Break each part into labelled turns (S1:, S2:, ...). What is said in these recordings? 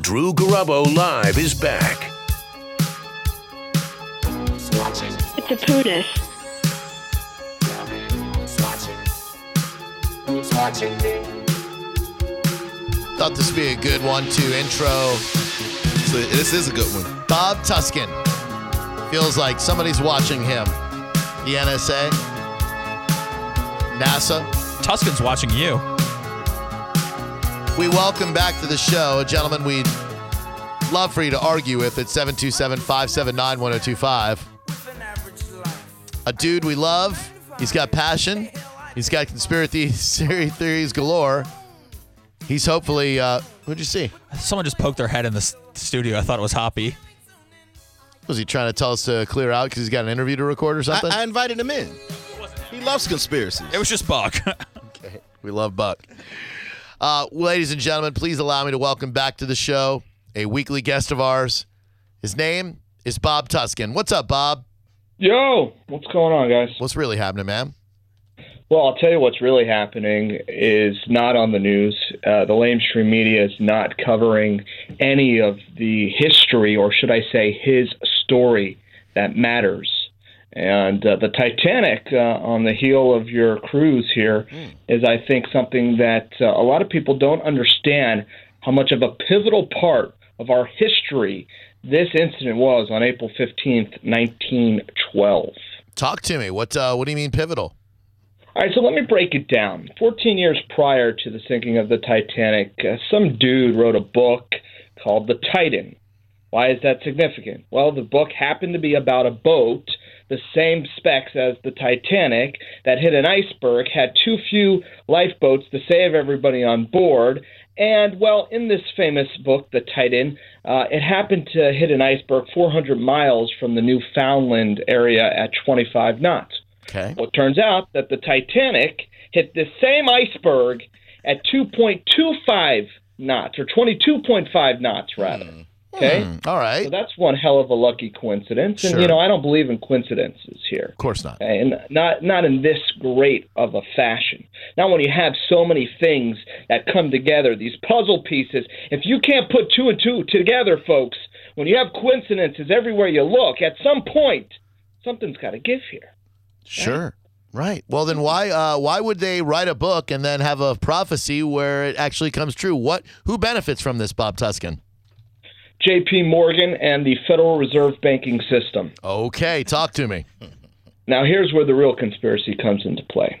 S1: Drew Garabo Live is back.
S2: It's a pootis.
S3: Thought this would be a good one to intro.
S4: So this is a good one.
S3: Bob Tuskin. Feels like somebody's watching him. The NSA, NASA.
S5: Tuscan's watching you.
S3: We welcome back to the show a gentleman we'd love for you to argue with at 727 579 1025. A dude we love. He's got passion. He's got conspiracy theory theories galore. He's hopefully, uh, who'd you see?
S5: Someone just poked their head in the s- studio. I thought it was Hoppy.
S3: Was he trying to tell us to clear out because he's got an interview to record or something?
S4: I, I invited him in. He loves conspiracies.
S5: It was just Buck.
S3: We love Buck. Uh, ladies and gentlemen, please allow me to welcome back to the show a weekly guest of ours. His name is Bob Tuskin. What's up, Bob?
S6: Yo, what's going on, guys?
S3: What's really happening, man?
S6: Well, I'll tell you what's really happening is not on the news. Uh, the lamestream media is not covering any of the history, or should I say, his story that matters. And uh, the Titanic, uh, on the heel of your cruise here, is I think, something that uh, a lot of people don't understand how much of a pivotal part of our history this incident was on April 15th, 1912.
S3: Talk to me. What uh, What do you mean pivotal?
S6: All right, so let me break it down. 14 years prior to the sinking of the Titanic, uh, some dude wrote a book called The Titan. Why is that significant? Well, the book happened to be about a boat, the same specs as the Titanic, that hit an iceberg, had too few lifeboats to save everybody on board. And, well, in this famous book, The Titan, uh, it happened to hit an iceberg 400 miles from the Newfoundland area at 25 knots.
S3: Okay.
S6: Well, it turns out that the Titanic hit the same iceberg at 2.25 knots, or 22.5 knots, rather. Okay?
S3: Hmm, All right.
S6: So that's one hell of a lucky coincidence. And,
S3: Sure.
S6: you know, I don't believe in coincidences here.
S3: of course not.
S6: Okay? And not, not in this great of a fashion. Now, when you have so many things that come together, these puzzle pieces, if you can't put two and two together, folks, when you have coincidences everywhere you look, at some point, something's got to give here.
S3: Sure. Right. Well, then why uh, Why would they write a book and then have a prophecy where it actually comes true? What Who benefits from this, Bob Tuskin?
S6: JP Morgan and the Federal Reserve banking system.
S3: Okay. Talk to me.
S6: Now, here's where the real conspiracy comes into play.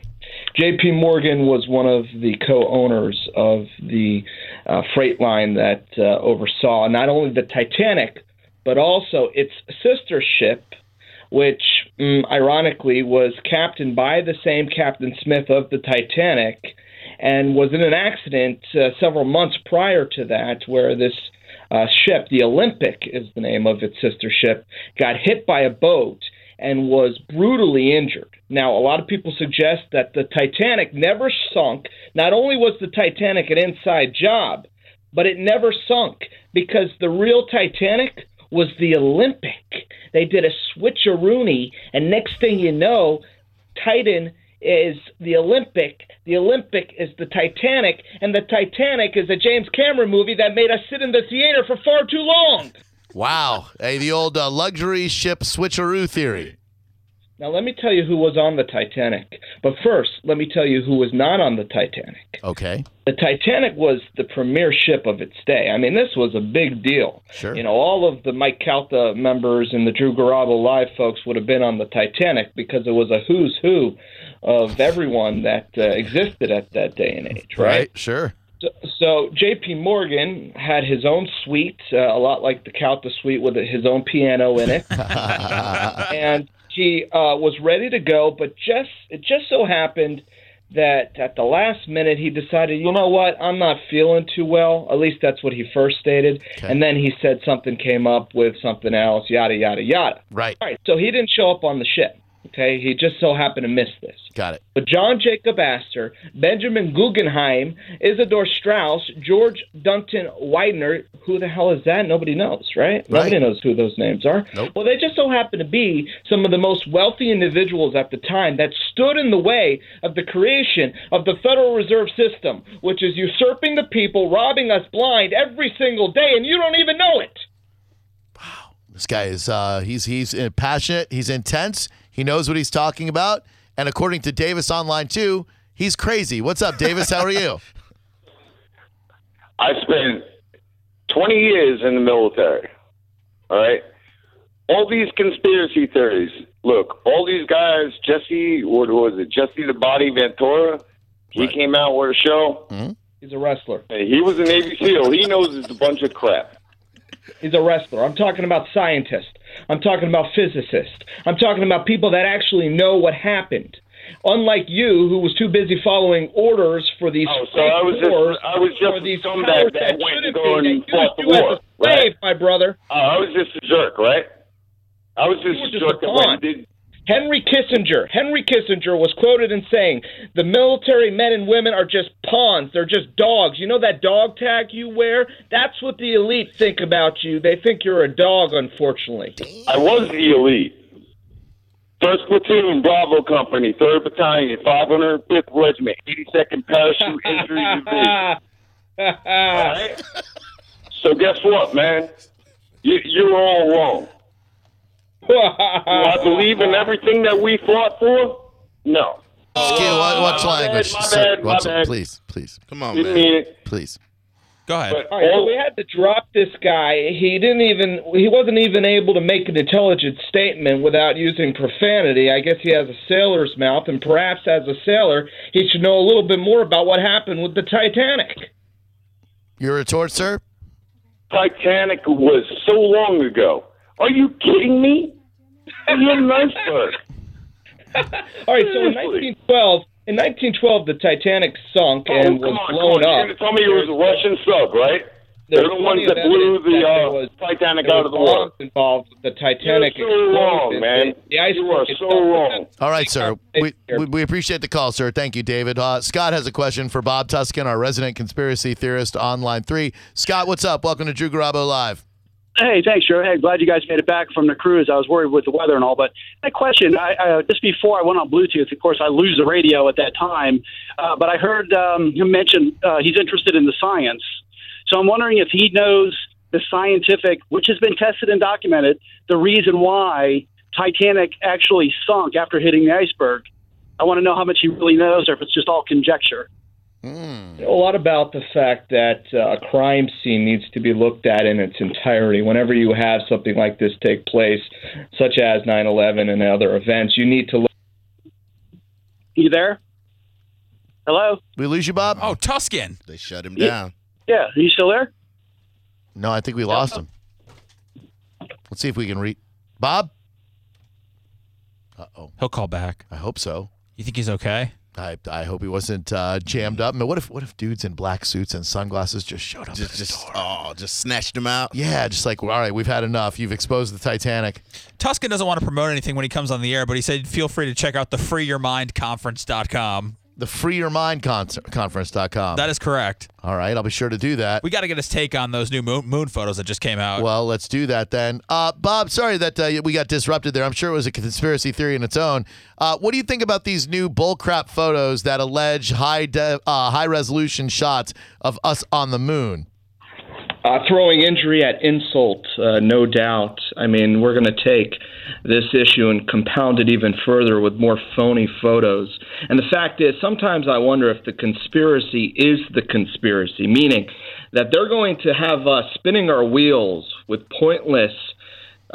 S6: JP Morgan was one of the co owners of the uh, freight line that uh, oversaw not only the Titanic, but also its sister ship, which mm, ironically was captained by the same Captain Smith of the Titanic and was in an accident uh, several months prior to that where this uh, ship, the Olympic is the name of its sister ship, got hit by a boat and was brutally injured. Now, a lot of people suggest that the Titanic never sunk. Not only was the Titanic an inside job, but it never sunk because the real Titanic was the Olympic. They did a switcheroony, and next thing you know, Titan is the Olympic, the Olympic is the Titanic, and the Titanic is a James Cameron movie that made us sit in the theater for far too long.
S3: Wow. Hey, the old uh, luxury ship switcheroo theory.
S6: Now, let me tell you who was on the Titanic. But first, let me tell you who was not on the Titanic.
S3: Okay.
S6: the Titanic was the premier ship of its day. I mean, this was a big deal.
S3: Sure.
S6: You know, all of the Mike Calta members and the Drew Garabo Live folks would have been on the Titanic because it was a who's who of everyone that uh, existed at that day and age, right?
S3: Sure.
S6: So, so J.P. Morgan had his own suite, uh, a lot like the Calta suite with his own piano in it, and he uh, was ready to go. But just it just so happened that at the last minute he decided, you know what, I'm not feeling too well. At least that's what he first stated, and then he said something came up with something else, yada yada yada.
S3: Right.
S6: All right, so he didn't show up on the ship. Okay, he just so happened to miss this.
S3: Got it.
S6: But John Jacob Astor, Benjamin Guggenheim, Isidore Strauss, George Dunton Widener, who the hell is that? Nobody knows, right? Nobody knows who those names are.
S3: Nope.
S6: Well, they just so happen to be some of the most wealthy individuals at the time that stood in the way of the creation of the Federal Reserve System, which is usurping the people, robbing us blind every single day, and you don't even know it.
S3: This guy is uh, he's he's uh, passionate. He's intense. He knows what he's talking about. And according to Davis Online too, he's crazy. What's up, Davis? How are you?
S7: I spent 20 years in the military. All right. All these conspiracy theories. Look, all these guys, Jesse, what was it? Jesse the Body Ventura. He
S3: Right.
S7: came out with a show.
S6: He's a wrestler.
S7: He was a Navy SEAL. He knows it's a bunch of crap.
S6: He's a wrestler. I'm talking about scientists. I'm talking about physicists. I'm talking about people that actually know what happened. Unlike you, who was too busy following orders for these
S7: Oh, so
S6: fake
S7: I was just-
S6: wars,
S7: I was just
S6: for these
S7: a scumbag
S6: powers
S7: that
S6: that
S7: went
S6: shouldn't be,
S7: to go and
S6: that used
S7: fought the
S6: you as
S7: war,
S6: a slave,
S7: right?
S6: my brother.
S7: Uh, I was just a jerk, right? I was just
S6: You were
S7: a
S6: just
S7: jerk
S6: a
S7: that went
S6: pawn.
S7: and did
S6: Henry Kissinger. Henry Kissinger was quoted in saying, "The military men and women are just pawns. They're just dogs. You know that dog tag you wear? That's what the elite think about you. They think you're a dog, unfortunately."
S7: I was the elite. First platoon, Bravo Company, Third Battalion, 505th Regiment, 82nd Parachute Infantry Division. All right? So guess what, man? You, you're all wrong. Do I believe in everything that we fought for? No,
S3: Excuse- what, what's
S7: my
S3: language?
S7: bad, my
S3: Sir,
S7: bad, my
S3: what's-
S7: bad.
S3: Please, please,
S4: Come on,
S7: didn't
S4: man.
S7: mean it.
S3: please.
S5: Go ahead.
S7: But
S6: All right, so
S7: all,
S6: we had to drop this guy. He didn't even he wasn't even able to make an intelligent statement without using profanity. I guess he has a sailor's mouth and perhaps as a sailor, he should know a little bit more about what happened with the Titanic.
S3: Your retort, sir.
S7: Titanic was so long ago. Are you kidding me? You're an iceberg.
S6: All right, so in
S7: Seriously.
S6: 1912, in 1912 the Titanic sunk
S7: Oh,
S6: and
S7: come
S6: was
S7: on,
S6: blown
S7: come on. You're
S6: up.
S7: gonna tell me it was a Russian sub, right? They're
S6: There's
S7: the ones
S6: plenty
S7: that
S6: of
S7: blew
S6: evidence
S7: the
S6: that there
S7: uh,
S6: was-
S7: Titanic
S6: There
S7: out
S6: was
S7: of the water.
S6: bombs involved with the Titanic.
S7: You're so wrong,
S6: exploded.
S7: man.
S6: The iceberg
S7: You are so
S6: itself-
S7: wrong.
S3: All right, sir. We,
S6: Here.
S3: we, we appreciate the call, sir. Thank you, David. Uh, Scott has a question for Bob Tuskin, our resident conspiracy theorist on line three. Scott, what's up? Welcome to Drew Garabo Live.
S8: Hey, thanks, Joe. Hey, glad you guys made it back from the cruise. I was worried with the weather and all, but my question, I, I, just before I went on Bluetooth, of course, I lose the radio at that time, uh, but I heard um, him mention uh, he's interested in the science. So I'm wondering if he knows the scientific, which has been tested and documented, the reason why Titanic actually sunk after hitting the iceberg. I want to know how much he really knows or if it's just all conjecture.
S6: a lot about the fact that uh, a crime scene needs to be looked at in its entirety. Whenever you have something like this take place, such as 9 11 and other events, you need to look.
S8: You there? Hello?
S3: We lose you, Bob?
S5: oh, Tuscan.
S4: They shut him down.
S8: Yeah, are you still there?
S3: No, I think we lost him. Let's see if we can read. Bob? Uh oh.
S5: He'll call back.
S3: I hope so.
S5: You think he's okay?
S3: I, I hope he wasn't uh, jammed up. I mean, what if what if dudes in black suits and sunglasses just showed up?
S4: Just,
S3: at the
S4: just,
S3: door?
S4: oh, just snatched him out.
S3: yeah, just like all right, we've had enough. You've exposed the Titanic.
S5: Tuscan doesn't want to promote anything when he comes on the air, but he said feel free to check out the freeyourmindconference.com.
S3: The Free Your Mind con- Conference.com.
S5: That is correct.
S3: all right, I'll be sure to do that.
S5: We got to get his take on those new moon, moon photos that just came out.
S3: Well, let's do that then. Uh, Bob, sorry that uh, we got disrupted there. I'm sure it was a conspiracy theory in its own. Uh, what do you think about these new bullcrap photos that allege high de- uh, high resolution shots of us on the moon?
S6: Uh, throwing injury at insult, uh, no doubt. I mean, we're going to take this issue and compound it even further with more phony photos. And the fact is, sometimes I wonder if the conspiracy is the conspiracy, meaning that they're going to have us spinning our wheels with pointless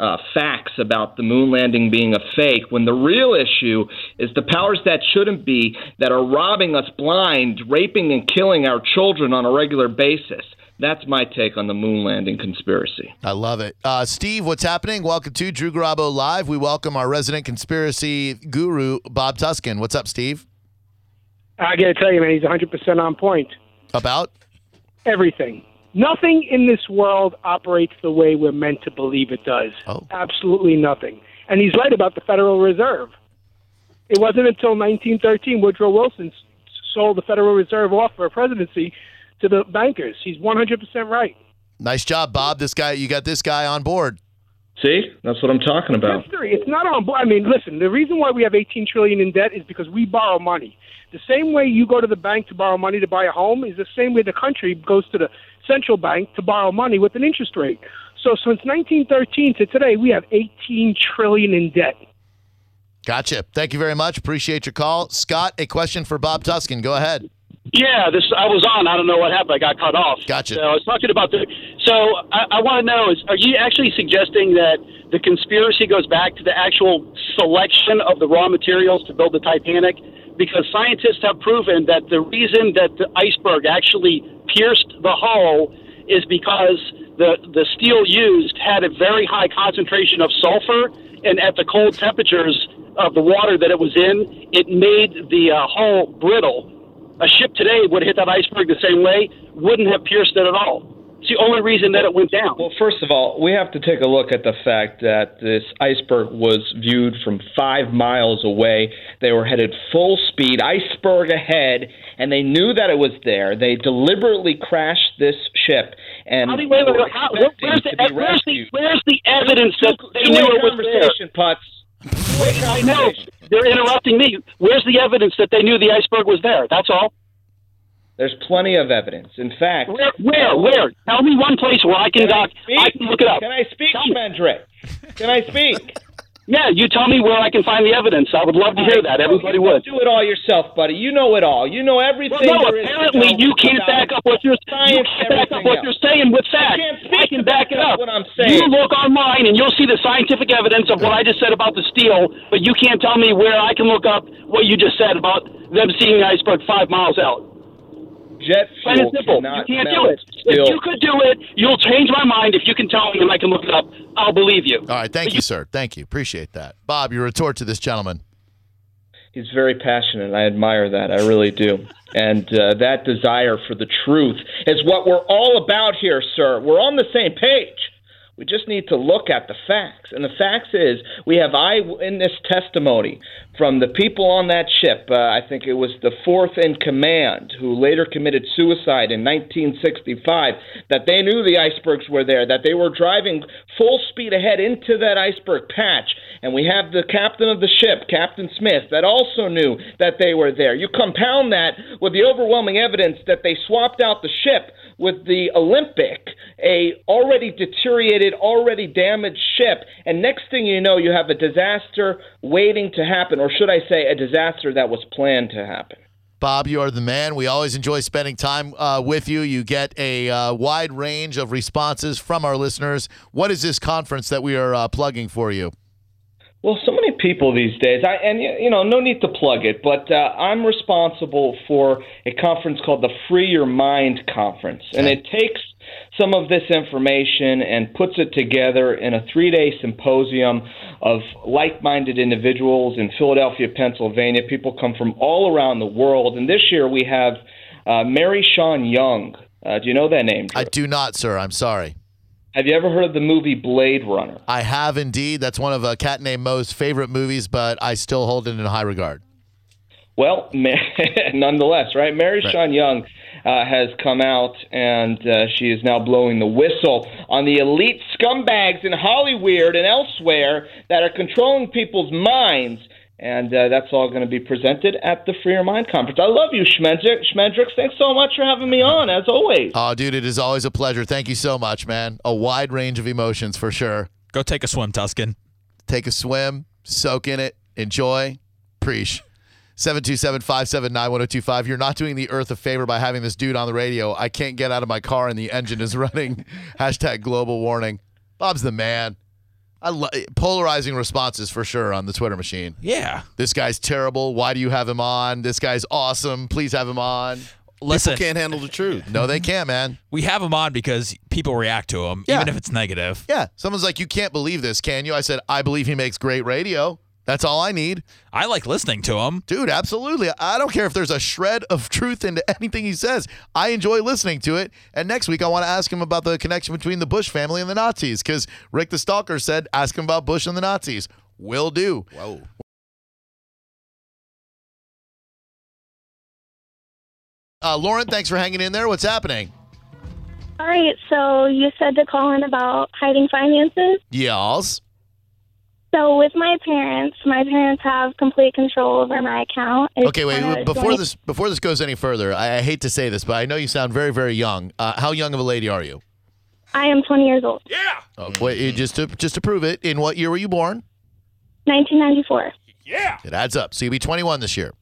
S6: uh, facts about the moon landing being a fake when the real issue is the powers that shouldn't be that are robbing us blind, raping and killing our children on a regular basis. That's my take on the moon landing conspiracy.
S3: I love it. Uh, Steve, what's happening? Welcome to Drew Garabo Live. We welcome our resident conspiracy guru, Bob Tuskin. What's up, Steve?
S9: I got to tell you, man, he's 100% on point.
S3: About?
S9: Everything. Nothing in this world operates the way we're meant to believe it does.
S3: Oh.
S9: Absolutely nothing. And he's right about the Federal Reserve.
S10: It wasn't until 1913 Woodrow Wilson s- sold the Federal Reserve off for a presidency to the bankers. He's 100% right.
S3: Nice job, Bob. This guy, you got this guy on board.
S11: See, that's what I'm talking about.
S10: History. It's not on. I mean, listen. The reason why we have 18 trillion in debt is because we borrow money. The same way you go to the bank to borrow money to buy a home is the same way the country goes to the central bank to borrow money with an interest rate. So since 1913 to today, we have 18 trillion in debt.
S3: Gotcha. Thank you very much. Appreciate your call, Scott. A question for Bob Tuskin. Go ahead.
S12: Yeah, this I was on. I don't know what happened. I got cut off.
S3: Gotcha.
S12: So I was talking about the. So I, I want to know: is are you actually suggesting that the conspiracy goes back to the actual selection of the raw materials to build the Titanic? Because scientists have proven that the reason that the iceberg actually pierced the hull is because the the steel used had a very high concentration of sulfur, and at the cold temperatures of the water that it was in, it made the uh, hull brittle. A ship today would have hit that iceberg the same way, wouldn't have pierced it at all. It's the only reason that it went down.
S6: Well, first of all, we have to take a look at the fact that this iceberg was viewed from five miles away. They were headed full speed, iceberg ahead, and they knew that it was there. They deliberately crashed this ship, and
S12: How do you- wait, wait, wait, how- where- where's, the,
S6: to be
S12: where's, the,
S6: rescued.
S12: where's the evidence that they
S6: Two-way
S12: knew it was there?
S6: conversation, putz.
S12: Wait, I know. They're interrupting me. Where's the evidence that they knew the iceberg was there? That's all.
S6: There's plenty of evidence. In fact,
S12: Where, where, where? Tell me one place where I can,
S6: Can I
S12: doc, I
S6: speak?
S12: can look it up.
S6: Can I speak,
S12: Tell me.
S6: Mendrick? Can I speak?
S12: Yeah, you tell me where I can find the evidence. I would love to hear that. Everybody
S6: You
S12: would.
S6: Do it all yourself, buddy. You know it all. You know everything.
S12: Well, no,
S6: there is to know
S12: apparently you can't
S6: about
S12: back up what you're you
S6: science,
S12: can't back
S6: everything
S12: up what
S6: else.
S12: you're saying with
S6: I
S12: facts.
S6: can't speak
S12: can
S6: to back
S12: back it
S6: up
S12: up.
S6: what I'm saying.
S12: You look online and you'll see the scientific evidence of what I just said about the steel, but you can't tell me where I can look up what you just said about them seeing the iceberg five miles out.
S6: Jet
S12: Plain
S6: fuel
S12: and simple. You
S6: cannot
S12: can't do
S6: melt
S12: it. If
S6: steel.
S12: you could do it, you'll change my mind. If you can tell me and I can look it up, I'll believe you.
S3: All right. Thank you, sir. Thank you. Appreciate that. Bob, your retort to this gentleman.
S6: He's very passionate. I admire that. I really do. And uh, that desire for the truth is what we're all about here, sir. We're on the same page. We just need to look at the facts. And the facts is we have eyewitness testimony from the people on that ship. Uh, I think it was the fourth in command who later committed suicide in 1965 that they knew the icebergs were there, that they were driving full speed ahead into that iceberg patch. And we have the captain of the ship, Captain Smith, that also knew that they were there. You compound that with the overwhelming evidence that they swapped out the ship with the Olympic, a already deteriorated, already damaged ship, and next thing you know, you have a disaster waiting to happen, or should I say, a disaster that was planned to happen.
S3: Bob, you are the man. We always enjoy spending time uh, with you. You get a uh, wide range of responses from our listeners. What is this conference that we are uh, plugging for you?
S6: Well, so many people these days, I, and y- you know, no need to plug it, but uh, I'm responsible for a conference called the Free Your Mind Conference, and it takes some of this information and puts it together in a three-day symposium of like-minded individuals in Philadelphia, Pennsylvania. People come from all around the world, and this year we have uh, Mary Sean Young. Uh, do you know that name?
S3: I do not, sir. I'm sorry.
S6: Have you ever heard of the movie Blade Runner?
S3: I have indeed. That's one of uh, Cat Named Mo's favorite movies, but I still hold it in high regard.
S6: Well, ma- nonetheless, right? Mary Sean Young uh, has come out, and uh, she is now blowing the whistle on the elite scumbags in Hollywood and elsewhere that are controlling people's minds. And uh, that's all going to be presented at the Free Your Mind Conference. I love you, Schmendrick. Schmendrick, thanks so much for having me on, as always.
S3: Oh, dude, it is always a pleasure. Thank you so much, man. A wide range of emotions for sure.
S5: Go take a swim, Tuscan.
S3: Take a swim, soak in it, enjoy. Preach. 727 579 1025. You're not doing the earth a favor by having this dude on the radio. I can't get out of my car and the engine is running. Hashtag global warning. Bob's the man. I lo- polarizing responses for sure on the Twitter machine.
S5: Yeah.
S3: This guy's terrible. Why do you have him on? This guy's awesome. Please have him on.
S5: Listen,
S13: People can't handle the truth.
S3: No, they can't, man.
S5: we have him on because people react to him,
S3: Yeah.
S5: even if it's negative.
S3: Yeah. Someone's like, you can't believe this, can you? I said, I believe he makes great radio. That's all I need.
S5: I like listening to him.
S3: Dude, absolutely. I don't care if there's a shred of truth into anything he says. I enjoy listening to it. And next week, I want to ask him about the connection between the Bush family and the Nazis because Rick the Stalker said, ask him about Bush and the Nazis. Will do.
S13: Whoa.
S3: Uh, Lauren, thanks for hanging in there. What's happening?
S2: All right, so you said to call in about hiding finances.
S3: Y'alls.
S2: So with my parents, my parents have complete control over my account. It's
S3: Okay, wait.
S2: kinda
S3: wait, Before
S2: joint-
S3: this, before this goes any further, I, I hate to say this, but I know you sound very, very young. Uh, how young of a lady are you?
S2: I am 20 years old.
S3: Uh, wait, you- just to just to prove it, in what year were you born?
S2: 1994.
S3: It adds up. So you'll be 21 this year.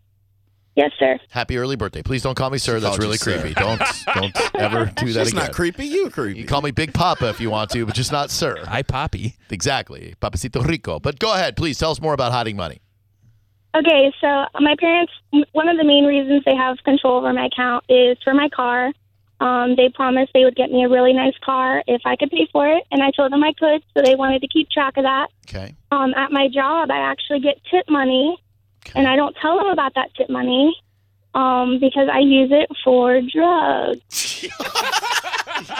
S2: Yes, sir.
S3: Happy early birthday. Please don't call me sir. That's
S4: called you
S3: really
S4: sir.
S3: creepy. Don't don't ever do that
S4: She's
S3: again.
S4: not creepy. You creepy.
S3: You call me Big Papa if you want to, but just not sir.
S5: Hi, Poppy.
S3: Exactly. Papacito Rico. But go ahead, please tell us more about hiding money.
S2: Okay, so my parents, m- one of the main reasons they have control over my account is for my car. Um, they promised they would get me a really nice car if I could pay for it, and I told them I could, so they wanted to keep track of that.
S3: Okay.
S2: Um, at my job, I actually get tip money, and I don't tell them about that tip money um, because I use it for drugs.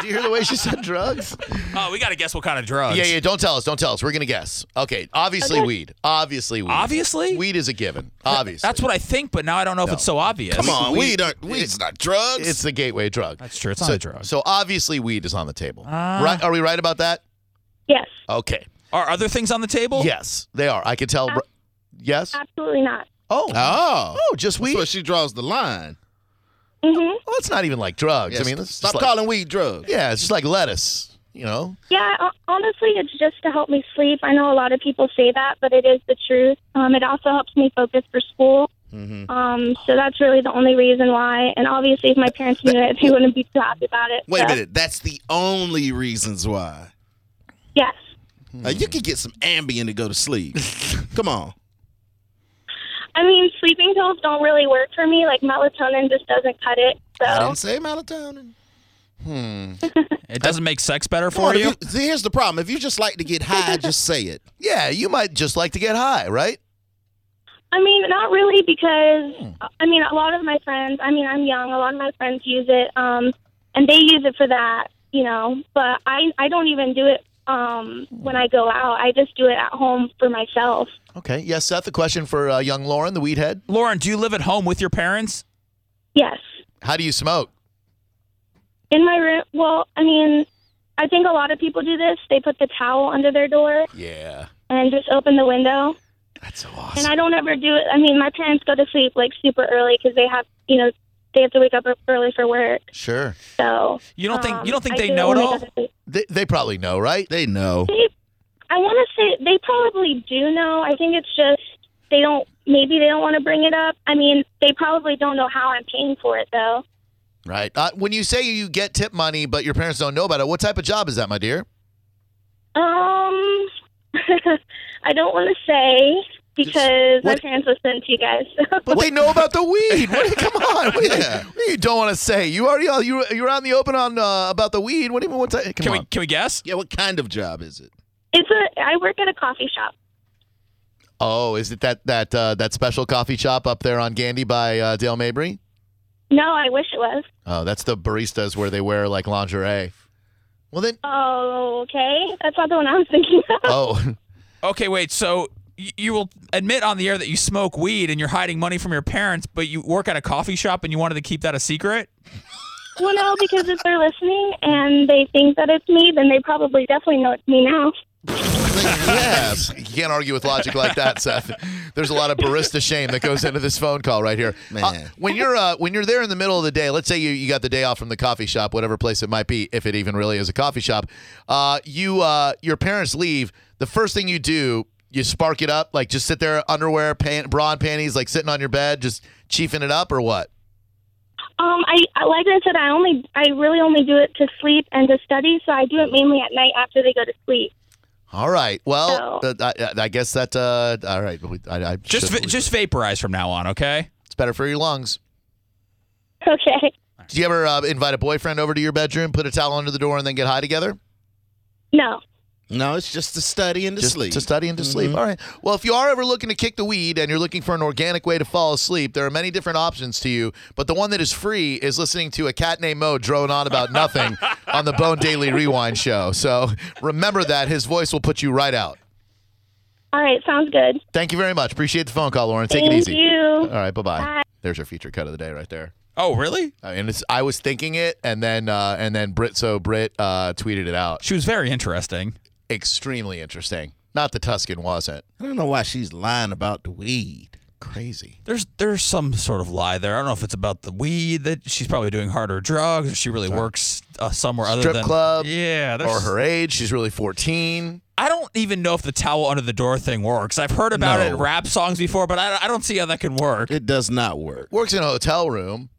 S3: Do you hear the way she said drugs?
S5: Oh, we got to guess what kind of
S4: Uh,
S5: drugs.
S3: Yeah, yeah. Don't tell us. Don't tell us. We're gonna guess. Okay. Obviously
S2: Okay.
S3: weed. Obviously weed.
S5: Obviously?
S3: Weed is a given. Obviously.
S5: That's what I think, but now I don't know if
S3: No.
S5: it's so obvious.
S4: Come on,
S3: We-
S4: weed. Aren't, weed's not drugs.
S3: It's the gateway drug.
S5: That's true. It's
S3: so,
S5: not a drug.
S3: So obviously weed is on the table.
S5: Ah.
S3: right? Are we right about that?
S2: Yes,
S3: Okay.
S5: Are other things on the
S3: Oh.
S5: table?
S3: Yes, they are. I could tell. r- Yes.
S2: absolutely not.
S3: Oh.
S4: oh,
S3: Oh, just
S4: that's
S3: weed.
S4: where she draws the line.
S2: hmm
S3: Well, it's not even like drugs. I
S4: Yes,
S3: mean, it's
S4: stop
S3: just like-
S4: calling weed drugs.
S3: Yeah, it's just like lettuce. You know.
S2: Yeah, ho- honestly, it's just to help me sleep. I know a lot of people say that, but it is the truth. Um, it also helps me focus for school.
S4: Mm-hmm.
S2: Um, so that's really the only reason why. And obviously, if my parents knew it, they wouldn't be too happy about it.
S4: Wait
S2: So,
S4: a minute. That's the only reasons why.
S2: Yes.
S3: Hmm.
S4: Now, you could get some Ambien to go to sleep. Come on.
S2: I mean, sleeping pills don't really work for me. Like, melatonin just doesn't cut it.
S4: I
S2: So,
S4: didn't say melatonin.
S5: It doesn't make sex better
S4: Come
S5: for
S4: on, if
S5: you?
S4: you- see, here's the problem. If you just like to get high, just say it.
S3: Yeah, you might just like to get high, right?
S2: I mean, not really because,
S3: Hmm.
S2: I mean, a lot of my friends, I mean, I'm young, a lot of my friends use it, um, and they use it for that, you know, but I, I don't even do it um, when I go out. I just do it at home for myself.
S3: Okay. Yes, Seth. A question for uh, young Lauren, the weed head.
S5: Lauren, do you live at home with your parents?
S2: Yes.
S3: How do you smoke?
S2: In my room, well, I mean, I think a lot of people do this. They put the towel under their door
S3: Yeah,
S2: and just open the window.
S3: that's so
S2: And
S3: awesome.
S2: I don't ever do it. I mean, my parents go to sleep like super early because they have, you know, they have to wake up early for work.
S3: Sure.
S2: So
S5: You don't think
S2: um,
S5: you don't think
S2: I
S5: they
S2: do
S5: know it
S2: when I
S5: all?
S2: go to sleep.
S3: They, they probably know, right?
S4: They know.
S2: They, I want to say they probably do know. I think it's just they don't. Maybe they don't want to bring it up. I mean, they probably don't know how I'm paying for it though.
S3: Right. Uh, when you say you get tip money, but your parents don't know about it, what type of job is that, my dear?
S2: Um, I don't want to say because my
S3: What-
S2: parents listen to you guys.
S3: But they know about the weed. What do you, come on. What do you, what do you don't want to say? You already you you're on the open on uh, about the weed. What do you mean? What's that? Come
S5: Can
S3: on.
S5: we can we guess?
S4: Yeah, what kind of job is it?
S2: it's a. I work at a coffee shop.
S3: Oh, is it that that uh, that special coffee shop up there on Gandy by uh, Dale Mabry?
S2: No, I wish it was.
S3: Oh, that's the baristas where they wear like lingerie. Well then,
S2: Oh, okay. That's not the one I was thinking of.
S3: oh,
S5: Okay, wait. So y- you will admit on the air that you smoke weed and you're hiding money from your parents, but you work at a coffee shop and you wanted to keep that a secret?
S2: well, no, because if they're listening and they think that it's me, then they probably definitely know it's me now.
S3: yeah, you can't argue with logic like that, Seth. There's a lot of barista shame that goes into this phone call right here.
S4: Man.
S3: when you're uh, when you're there in the middle of the day, let's say you, you got the day off from the coffee shop, whatever place it might be, if it even really is a coffee shop. Uh, you uh, your parents leave. The first thing you do, you spark it up, like just sit there, underwear, pant, bra and panties, like sitting on your bed, just chiefing it up, or what?
S2: Um, I I- like I said, I only I really only do it to sleep and to study, so I do it mainly at night after they go to sleep.
S3: All right. Well,
S2: No.
S3: uh, I, I guess that. Uh, all right. We- I, I
S5: Just
S3: should
S5: va-
S3: believe
S5: just
S3: it.
S5: vaporize from now on, okay?
S3: it's better for your lungs.
S2: Okay.
S3: Do you ever uh, invite a boyfriend over to your bedroom, put a towel under the door, and then get high together?
S2: No.
S4: No, it's just to study and to
S3: Just
S4: sleep. Mm-hmm.
S3: to study and to sleep. All right. Well, if you are ever looking to kick the weed and you're looking for an organic way to fall asleep, there are many different options to you. But the one that is free is listening to a cat named Mo drone on about nothing on the Bone Daily Rewind show. So remember that his voice will put you right out.
S2: All right. Sounds good.
S3: Thank you very much. Appreciate the phone call, Lauren. Take
S2: Thank
S3: it easy.
S2: you.
S3: All right. Bye-bye.
S2: Bye.
S3: There's your feature cut of the day right there. Uh,
S5: Oh, really?
S1: I mean, it's, I was thinking it, and then uh, and then Brit so Brit uh, tweeted it out.
S5: She was very interesting.
S1: Extremely interesting. Not the Tuscan wasn't.
S4: I don't know why she's lying about the weed.
S1: Crazy.
S5: There's there's some sort of lie there. I don't know if it's about the weed that she's probably doing harder drugs, or she really works uh, somewhere other
S1: Strip
S5: than
S1: club.
S5: Yeah,
S1: Or
S5: there's-
S1: her age. She's really 14.
S5: I don't even know if the towel under the door thing works. I've heard about it in
S4: No.
S5: rap songs before, but I, I don't see how that could work.
S4: It does not work.
S1: Works in a hotel room.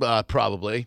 S1: Uh, probably.